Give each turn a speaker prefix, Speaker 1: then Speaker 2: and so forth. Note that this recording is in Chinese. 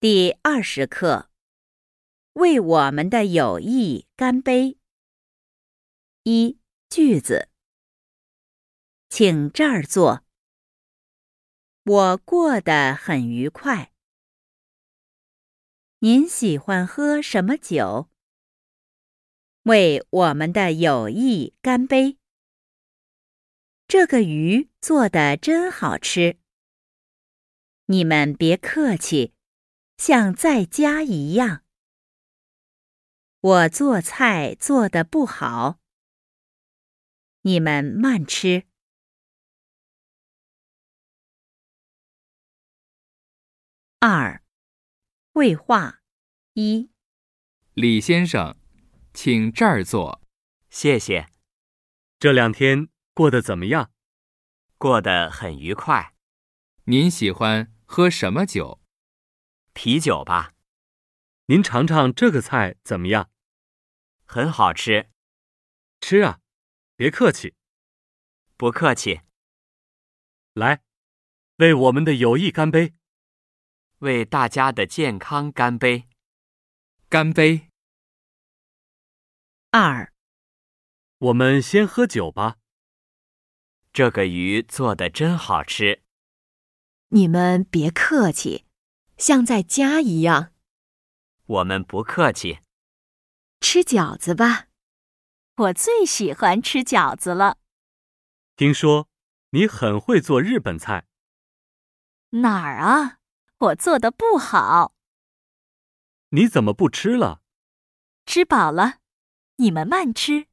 Speaker 1: 第二十课，为我们的友谊干杯。一句子，请这儿坐。我过得很愉快。您喜欢喝什么酒？为我们的友谊干杯。这个鱼做的真好吃。你们别客气。像在家一样，我做菜做的不好，你们慢吃。二，绘画一，
Speaker 2: 李先生，请这儿坐。
Speaker 3: 谢谢，
Speaker 4: 这两天过得怎么样？
Speaker 3: 过得很愉快。
Speaker 2: 您喜欢喝什么酒？
Speaker 3: 啤酒吧，
Speaker 4: 您尝尝这个菜怎么样？
Speaker 3: 很好吃，
Speaker 4: 吃啊，别客气。
Speaker 3: 不客气。
Speaker 4: 来，为我们的友谊干杯，
Speaker 3: 为大家的健康干杯，
Speaker 2: 干杯！
Speaker 1: 二，
Speaker 4: 我们先喝酒吧。
Speaker 3: 这个鱼做的真好吃，
Speaker 5: 你们别客气。像在家一样，
Speaker 3: 我们不客气。
Speaker 5: 吃饺子吧，
Speaker 6: 我最喜欢吃饺子了。
Speaker 4: 听说你很会做日本菜。
Speaker 6: 哪儿啊？我做的不好。
Speaker 4: 你怎么不吃了？
Speaker 6: 吃饱了，你们慢吃。